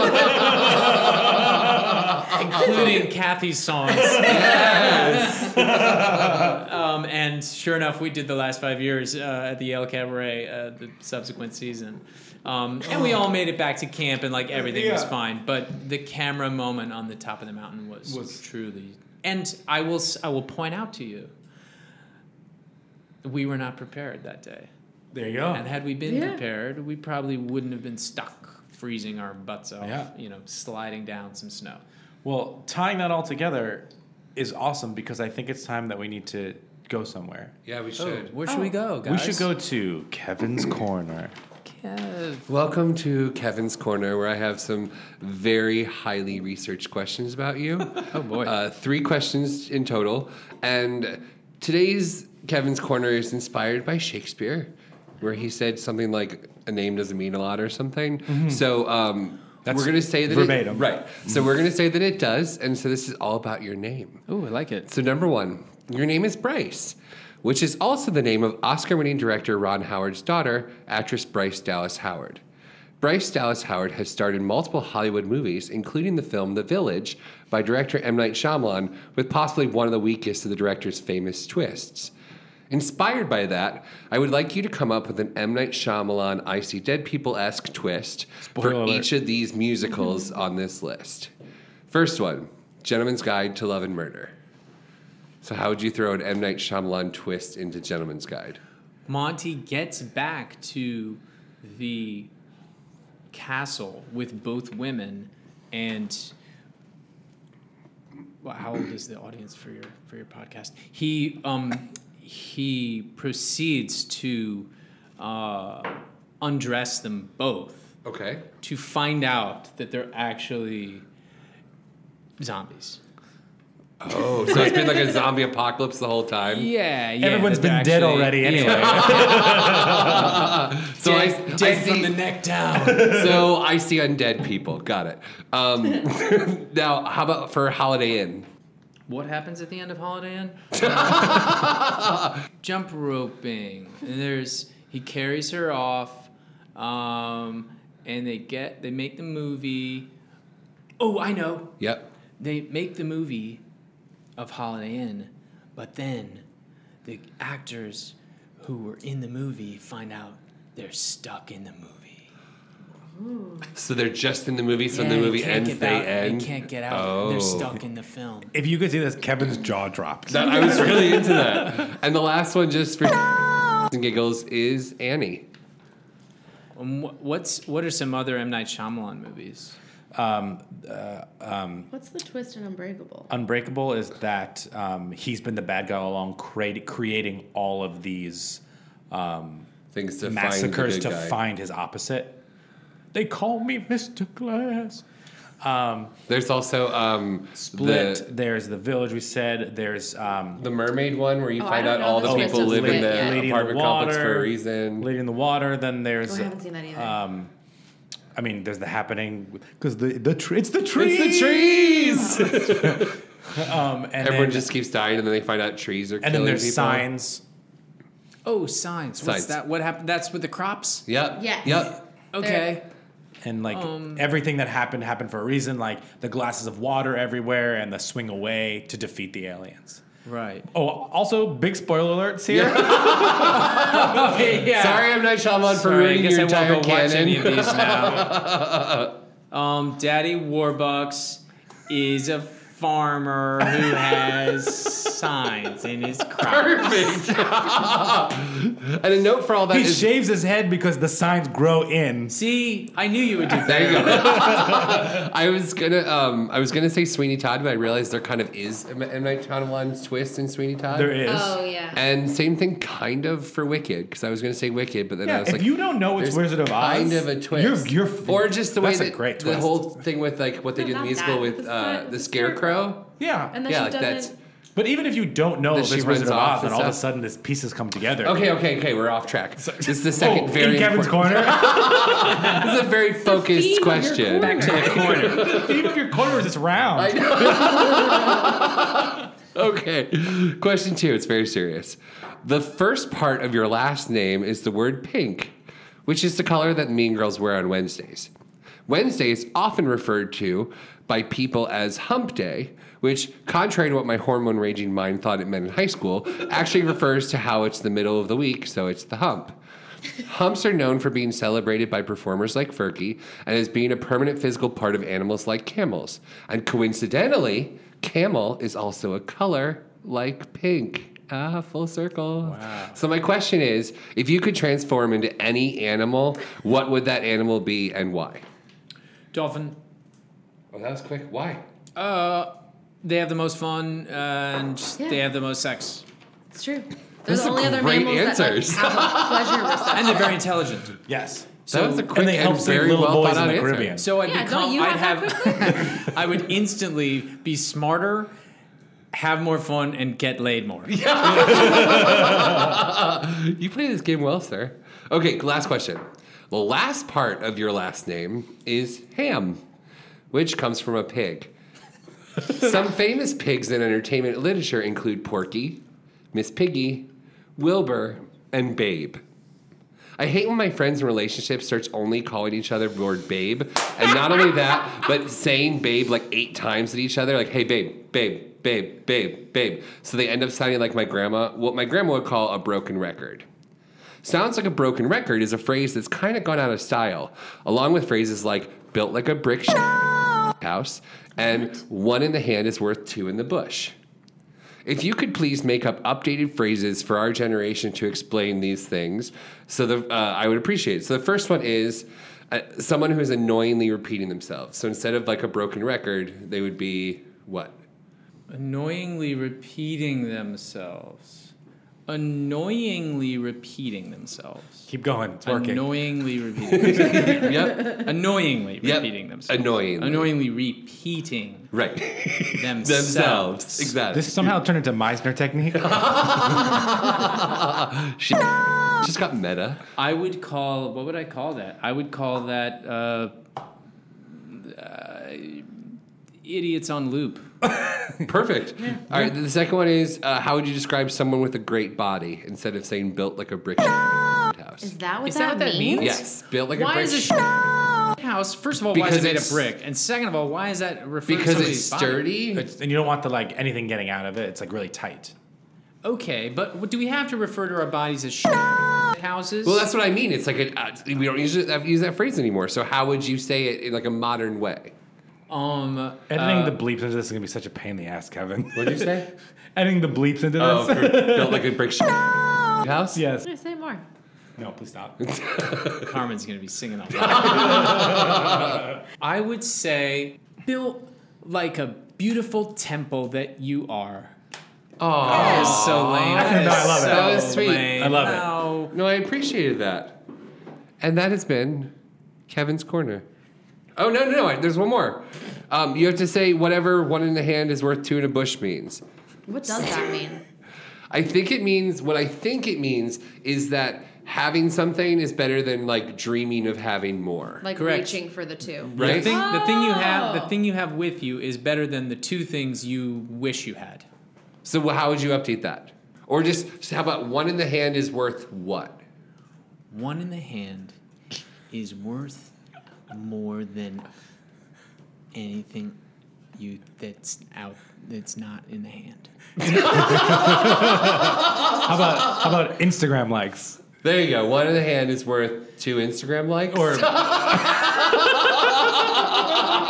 including Kathy's songs. Um, and sure enough, we did the last five years uh, at the Yale Cabaret, uh, the subsequent season. Um, and we all made it back to camp, and like everything was
Yeah.
fine. But the camera moment on the top of the mountain was,
Was-
truly. And I will, s- I will point out to you, we were not prepared that day.
There you go.
And had we been
Yeah.
prepared, we probably wouldn't have been stuck freezing our butts off,
Yeah.
you know, sliding down some snow.
Well, tying that all together is awesome because I think it's time that we need to go somewhere.
Yeah, we should.
Where should we go, guys?
We should go to Kevin's Corner.
Kev.
Welcome to Kevin's Corner, where I have some very highly researched questions about you. oh boy. Uh, three questions in total. And today's Kevin's Corner is inspired by Shakespeare, where he said something like, a name doesn't mean a lot or something. So, um,
That's
we're going to say that it-
verbatim.
right. So we're going to say that it does, and so this is all about your name.
Mm-hmm. Ooh, I like it.
So, number one, your name is Bryce, which is also the name of Oscar winning director Ron Howard's daughter, actress Bryce Dallas Howard. Bryce Dallas Howard has starred in multiple Hollywood movies, including the film The Village by director M. Night Shyamalan, with possibly one of the weakest of the director's famous twists. Inspired by that, I would like you to come up with an M. Night Shyamalan I See Dead People esque twist for
Spoiler alert.
each of these musicals on this list. First one Gentleman's Guide to Love and Murder. So how would you throw an M Night Shyamalan twist into Gentleman's Guide?
Monty gets back to the castle with both women and well, how old is the audience for your for your podcast? He um he proceeds to uh, undress them both
Okay.
to find out that they're actually zombies.
Oh, so it's been like a zombie apocalypse the whole time.
Yeah, yeah.
Everyone's
that
been
they're
dead
actually-
already
yeah.
anyway.
So I,
Dead-
I
dead
see-
from the neck down.
so I see undead people. Got it. Um, now, how about for Holiday Inn?
What happens at the end of Holiday Inn? Jump roping. And there's he carries her off, um, and they get they make the movie. Oh, I know.
Yep.
They make the movie of Holiday Inn, but then the actors who were in the movie find out they're stuck in the movie.
So they're just in the movie. So when
Yeah,
the
they
movie
can't
ends.
get
They
out-
end.
They can't get out.
Oh.
They're stuck in the film.
if you could see this, Kevin's jaw dropped.
That- I was really into that. And the last one, just for and giggles, is Annie.
Um, wh- What's what are some other M Night Shyamalan movies?
Um, uh, um,
What's the twist in Unbreakable?
Unbreakable is that um, he's been the bad guy all along, create, creating all of these um,
Things to
massacres
find the
to
good guy.
find his opposite. They call me Mr. Glass. Um,
There's also um,
Split.
The,
there's the village we said. There's um,
the mermaid one where you
Oh, I
find
don't
out
know
all
the
the
twist
people
of
live in
Split
the
yet.
Lady in the
apartment complex for a
Water,
reason.
Lady in the Water. Then there's.
Oh, I haven't seen that either.
Um, I mean, there's the happening because the the tr- it's the trees.
it's the trees.
Um, and
Everyone
then,
just keeps dying, and then they find out trees are
and
killing
then there's
people.
signs.
Oh, science. What's
Signs.
that? What happened? That's with the crops.
Yep.
Yes.
Yep.
Okay.
and like
Um,
everything that happened happened for a reason like the glasses of water everywhere and the swing away to defeat the aliens
Right.
oh also big spoiler alerts here
Okay, yeah.
Sorry, I'm Night Shyamalan for ruining your entire canon.
these now. um, Daddy Warbucks is a farmer who has signs in his crop.
Perfect. and a note for all that
he
is-
shaves his head because the signs grow in
See, I knew you would do that.
There you go. I was gonna, um, I was gonna say Sweeney Todd, but I realized there kind of is a M. Night Shyamalan twist in Sweeney Todd.
there is
oh yeah.
And same thing, kind of for Wicked, because I was gonna say Wicked, but then I
yeah,
was
if
like,
you don't know it's
there's
Wizard of Oz,
kind of a twist,
You're, you're
or just the way
that's
that
a great
the
twist.
whole thing with like what they
No,
did in the
not
musical
that.
with
The
uh,
sign-
the,
the
scarecrow.
yeah.
And then
yeah,
she
like
doesn't.
that's-
but even if you don't know
That
if
she
it's Wizard
runs
of
off
Oz, and
and
all of a
stuff.
sudden these pieces come together.
Okay, okay, okay. We're off track. This is the
Oh,
second very
in Kevin's
important-
corner,
This is a very
theme of
focused
your
question.
corner.
Back to the corner.
the theme of your corner is it's round.
I know. okay. Question two. It's very serious. The first part of your last name is the word pink, which is the color that mean girls wear on Wednesdays. Wednesday is often referred to by people as hump day, which, contrary to what my hormone raging mind thought it meant in high school, actually refers to how it's the middle of the week, so it's the hump. Humps are known for being celebrated by performers like Fergie and as being a permanent physical part of animals like camels. And coincidentally, camel is also a color like pink. Ah, full circle. So my question is, if you could transform into any animal, what would that animal be and why?
Dolphin.
Well, that was quick. Why?
Uh, they have the most fun uh, and just- they
Yeah.
have the most sex,
It's true. They're
Those
the
are
only other
great
mammals
answers.
that like, have a pleasure reception.
and they're very intelligent.
Yes.
So
that was a quick
and they help
and
save
very
little
well
boys
thought
in
out
the
answer.
Caribbean.
So I'd
Yeah, don't
become.
you
I'd
have that
have. I would instantly be smarter, have more fun, and get laid more.
You play this game well, sir. Okay, last question. The last part of your last name is ham, which comes from a pig. Some famous pigs in entertainment literature include Porky, Miss Piggy, Wilbur, and Babe. I hate when my friends in relationships starts only calling each other the word babe. And not only that, but saying babe like eight times at each other, like, hey, babe, babe, babe, babe, babe. So they end up sounding like my grandma, what my grandma would call a broken record. Sounds like a broken record is a phrase that's kind of gone out of style, along with phrases like built like a brick sh- house and one in the hand is worth two in the bush. If you could please make up updated phrases for our generation to explain these things, so the uh, I would appreciate it. So the first one is uh, someone who is annoyingly repeating themselves. So instead of like a broken record, they would be what?
Annoyingly repeating themselves. Annoyingly repeating themselves.
Keep going. It's working.
Annoyingly repeating themselves.
Yep.
Annoyingly
Yep.
repeating themselves.
Annoyingly.
Annoyingly repeating
right.
themselves.
themselves. Exactly.
This somehow turned into Meisner technique.
Uh-uh. She just got meta.
I would call, what would I call that? I would call that uh, uh, idiots on loop.
Perfect. All right. The second one is uh, how would you describe someone with a great body instead of saying built like a brick house?
Is that what
Is
that,
that what that
means?
means?
Yes, built like a
Why
brick
is a house, first of all, why
Because
is it made of
it's-
brick? And second of all, why is that referred to
because it's
somebody's body?
sturdy.
It's- and you don't want the like anything getting out of it. It's like really tight.
Okay, but what- do we have to refer to our bodies as sh- houses?
Well, that's what I mean. It's like a, uh, we don't use, it, use that phrase anymore. So how would you say it in like a modern way?
um,
Editing
uh,
the bleeps into this is gonna be such a pain in the ass, Kevin.
What did you say?
Editing the bleeps into
oh,
this.
uh,
for, built like a brick house.
yes.
Say more.
No, please stop.
Carmen's gonna be singing a lot. I would say built like a beautiful temple that you are.
Oh,
That is so
No,
lame.
I love it.
That was sweet.
I love it.
it.
no, I appreciated that. And that has been Kevin's Corner. Oh, no, no, no. wait, There's one more. Um, you have to say whatever one in the hand is worth two in a bush means.
What does that mean?
I think it means what I think it means is that having something is better than like dreaming of having more.
Like
Correct.
reaching for the two.
The
right?
thing, the thing you have,
Oh.
the thing you have with you, is better than the two things you wish you had.
So wh- how would you update that? Or just so how about one in the hand is worth what?
One in the hand is worth more than anything you that's out that's not in the hand.
How about how about Instagram likes?
There you go. One in the hand is worth two Instagram likes.
Or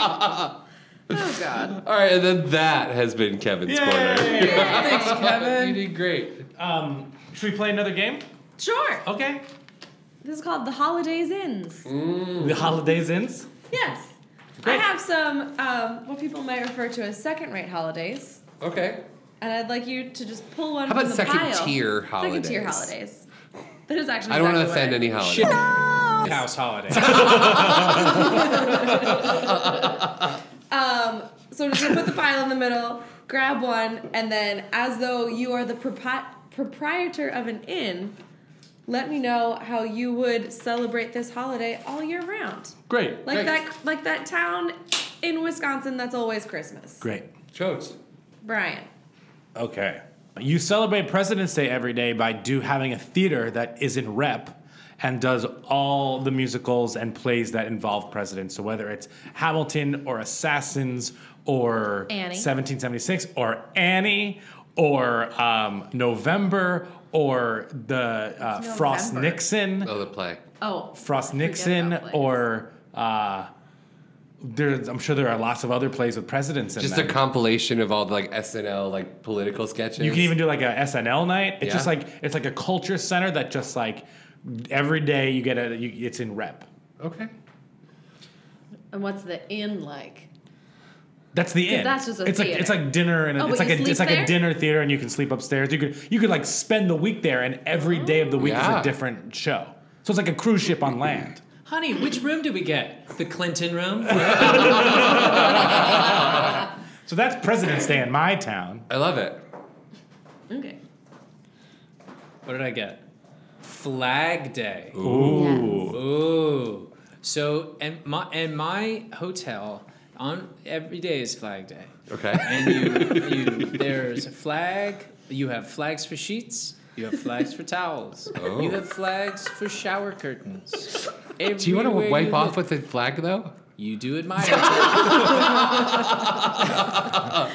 Oh God.
All right, and then that has been Kevin's corner.
Thanks,
You
Kevin.
did great.
um, should we play another game?
Sure.
Okay.
This is called the Holidays Inns.
The holidays ends.
Yes.
Great.
I have some um, what people might refer to as second-rate holidays,
Okay.
and I'd like you to just pull one.
How
from
about
the pile.
second-tier
Second-tier
holidays?
holidays. That is actually.
I
exactly
don't want to offend
what I-
any holiday.
Shit. House holiday.
So just put the pile in the middle, grab one, and then as though you are the propri- proprietor of an inn, let me know how you would celebrate this holiday all year round.
Great.
Like
Great.
that like that town in Wisconsin that's always Christmas.
Great.
Chodes.
Brian.
Okay. You celebrate President's Day every day by do having a theater that is in rep and does all the musicals and plays that involve presidents. So whether it's Hamilton or Assassins or
Annie.
1776 or Annie or um, November or the uh,
It's
Frost
November.
Nixon.
Oh, the play.
Oh.
Frost Nixon
about plays.
or uh, there's, I'm sure there are lots of other plays with presidents in
Just a
them.
compilation of all the like SNL like political sketches.
you can even do like a SNL night. It's just
Yeah.
like it's like a culture center that just like every day you get a you, it's in rep.
Okay.
And what's the inn like?
That's the end.
that's just a
it's like
theater.
it's like dinner and
Oh, but
it's like
you
a
sleep
it's like a
there?
dinner theater and you can sleep upstairs. You could you could like spend the week there and every day of the week is
Yeah.
a different show. So it's like a cruise ship on land.
Honey, which room do we get? The Clinton room?
So that's President's Day in my town.
I love it.
Okay.
What did I get? Flag Day.
Ooh.
Ooh. So and my and my hotel on every day is Flag Day.
Okay.
And you, you there's a flag. You have flags for sheets. You have flags for towels. You have flags for shower curtains.
Oh. do you want to
Everywhere
wipe
you
off
look-
with a flag though?
You do admire. it.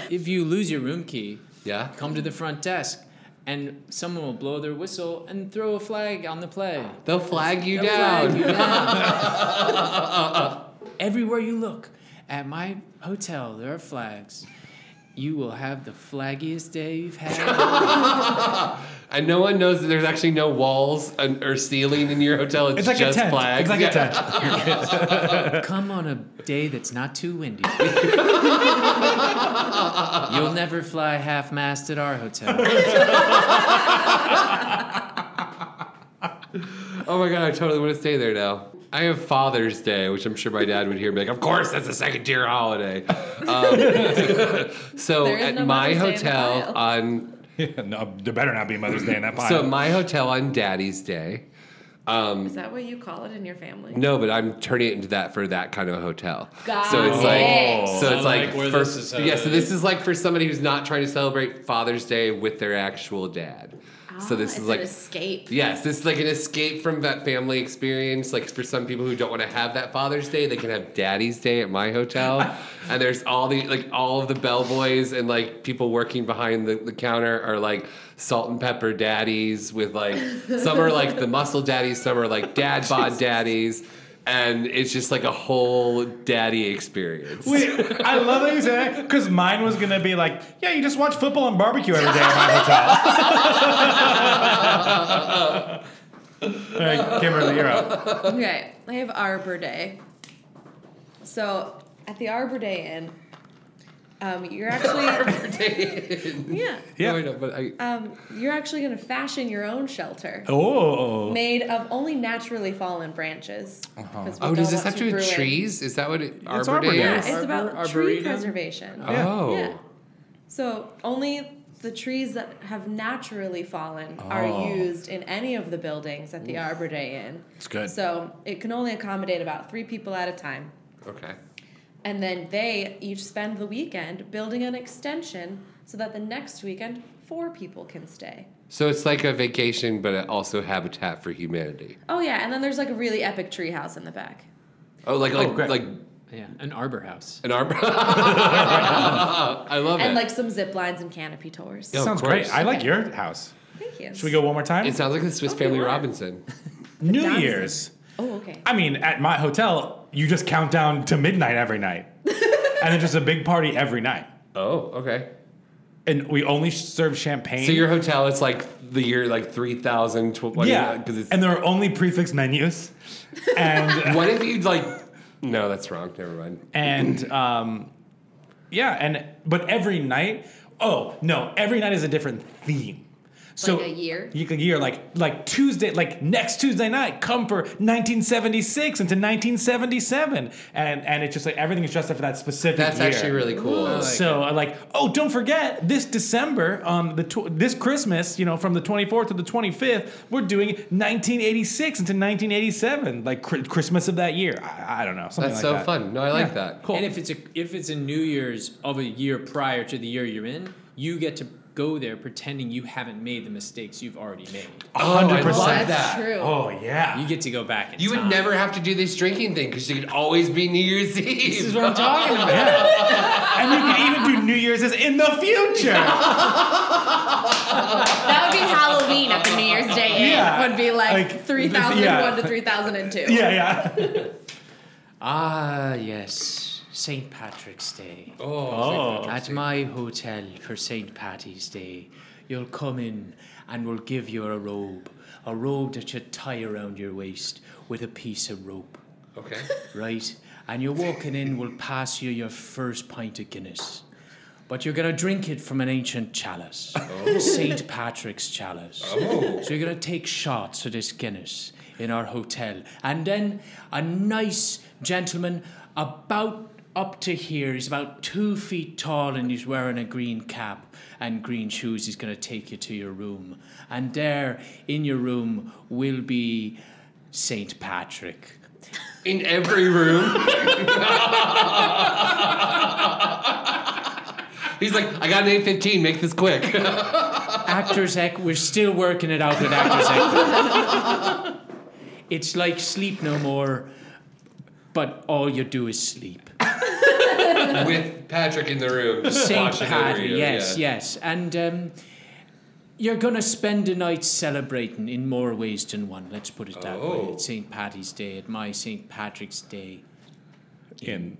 if you lose your room key,
Yeah.
come to the front desk, and someone will blow their whistle and throw a flag on the play.
They'll flag you
They'll
down.
flag you down. Everywhere you look, at my hotel, there are flags. You will have the flaggiest day you've had.
And no one knows that there's actually no walls and, or ceiling in your hotel. It's,
It's like
just
a tent. It's
flags.
like
Yeah.
a tent.
Come on a day that's not too windy. You'll never fly half mast at our hotel.
Oh my god, I totally want to stay there now. I have Father's Day, which I'm sure my dad would hear and be like, "Of course, that's a second tier holiday." Um, so
There is
at
no
my
Mother's Day in the
hotel
pile.
on
no, there better not be Mother's Day in that pile.
so my hotel on Daddy's Day.
Is that what you call it in your family?
No, but I'm turning it into that for that kind of a hotel.
Got
so it's
it.
like so it's
I
like,
like where
for,
this is
yeah. So
headed.
this is like for somebody who's not trying to celebrate Father's Day with their actual dad. so this
Ah,
is
it's
like
an escape.
Yes, this is like an escape from that family experience. Like for some people who don't want to have that Father's Day, they can have Daddy's Day at my hotel. and there's all the like all of the bellboys and like people working behind the, the counter are like salt and pepper daddies with like some are like the muscle daddies, some are like dad bod daddies. And it's just like a whole daddy experience.
Wait, I love that you said that because mine was gonna be like, yeah, you just watch football and barbecue every day at my hotel. All right, Kimberly, you're up.
Okay, I have Arbor Day. So at the Arbor Day Inn, um, you're actually yeah,
No, I
Yeah.
know, but I, oh,
um, you're actually gonna fashion your own shelter
Oh.
made of only naturally fallen branches. 'cause we
oh, does
don't
this
want
have to do with
ruin-
trees? Is that what it, Arbor,
Arbor
Day
Day.
Yeah,
is?
it's
Arbor-
about tree
arboretum?
preservation.
Yeah.
Oh.
Yeah. So only the trees that have naturally fallen
Oh.
are used in any of the buildings at the Arbor Day Inn.
It's good.
So it can only accommodate about three people at a time.
Okay.
And then they each spend the weekend building an extension so that the next weekend four people can stay.
So it's like a vacation, but also Habitat for Humanity.
Oh yeah, and then there's like a really epic tree house in the back.
Oh, like like
great.
like
Yeah, an arbor house.
an arbor. I love it.
And like some zip lines and canopy tours.
of
Sounds
course.
great. I like your house.
Thank you.
Should we go one more time?
it sounds like the Swiss
Oh,
Family
you are.
Robinson.
New
Don's-
Year's.
Oh, okay.
I mean, at my hotel, you just count down to midnight every night, and then just a big party every night.
Oh, okay.
And we only serve champagne.
So your hotel is like the year like three thousand twenty.
yeah,
because it's.
and there are only prefix menus, and uh,
what if you like? No, that's wrong. Never mind.
and um, yeah, and but every night. Oh no, every night is a different theme. So
a year?
You could year like like Tuesday, like next Tuesday night, come for 1976 into 1977, and and it's just like everything is dressed up for that specific.
That's
year.
actually really cool.
so I like, oh, don't forget this December on the tw- this Christmas, you know, from the 24th to the 25th, we're doing 1986 into 1987, like cri- Christmas of that year. I, I don't know. Something like
That's so
that.
fun. No, I like
Yeah,
that.
Cool.
And if it's a if it's a New Year's of a year prior to the year you're in, you get to go there pretending you haven't made the mistakes you've already made.
Oh, I love
100%.
that.
That's true.
oh yeah.
You get to go back. In
You would
time.
never have to do this drinking thing because you could always be New Year's Eve.
This is what I'm talking about.
Oh, and you can even do New Year's as in the future.
That would be Halloween at the New Year's Day. Inn.
Yeah.
Would be like,
Like,
3001
yeah.
to 3002.
yeah, yeah.
Ah, yes. St. Patrick's Day.
Oh,
At my hotel for St. Patty's Day, you'll come in and we'll give you a robe. A robe that you tie around your waist with a piece of rope,
okay.
right? And you're walking in, we'll pass you your first pint of Guinness. But you're gonna drink it from an ancient chalice, St. Patrick's chalice.
Oh.
So you're gonna take shots of this Guinness in our hotel, and then a nice gentleman, about up to here, he's about two feet tall, and he's wearing a green cap and green shoes. He's gonna take you to your room, and there in your room will be Saint Patrick.
In every room. He's like, I got an eight fifteen. Make this quick.
Actors Ec, we're still working it out with Actors Ec. it's like Sleep No More, but all you do is sleep.
With Patrick in the room, just
St.
watching over
Paddy,
you,
yes,
yeah.
yes. And um, you're going to spend a night celebrating in more ways than one, let's put it that
Oh.
way. It's St. Paddy's Day, at my St. Patrick's Day.
In.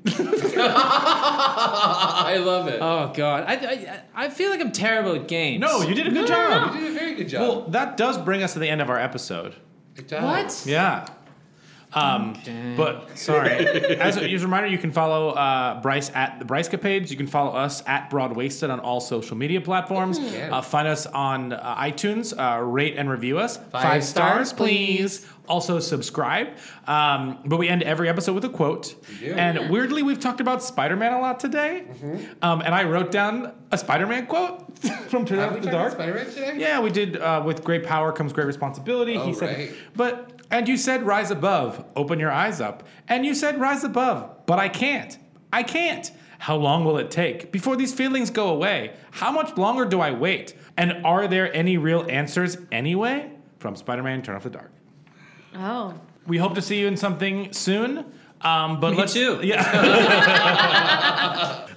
I love it.
Oh, God. I, I, I feel like I'm terrible at games.
No, you did a good job.
you did a very good job.
Well, that does bing us to the end of our episode.
It does.
What?
Yeah. Um, But sorry. As a, as a reminder, you can follow uh, Bryce at the Bryce Capades. You can follow us at Broadwasted on all social media platforms.
Yeah.
Uh, find us on uh, iTunes. Uh, rate and review us. Five,
stars,
please. Also subscribe. Um, but we end every episode with a quote.
do. Mm-hmm.
And weirdly, we've talked about Spider Man a lot today. Um, and I wrote down a Spider Man quote from Turn
Have
Out the
we talked about
Dark.
Spider-Man today?
Yeah, we did. Uh, with great power comes great responsibility.
Oh,
he said,
right.
but and you said rise above, open your eyes up, and you said rise above, but I can't, I can't. How long will it take before these feelings go away? How much longer do I wait? And are there any real answers anyway? From Spider-Man: Turn Off the Dark.
Oh.
We hope to see you in something soon. Um, but
Me
let's
too.
Yeah.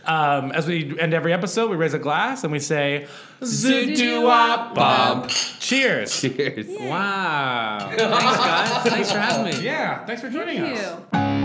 um, as we end every episode, we raise a glass and we say, Zoodoo Bob. Cheers.
Cheers.
Wow. Thanks, guys. Thanks for having me.
Yeah, thanks for joining
Thank
us.
you.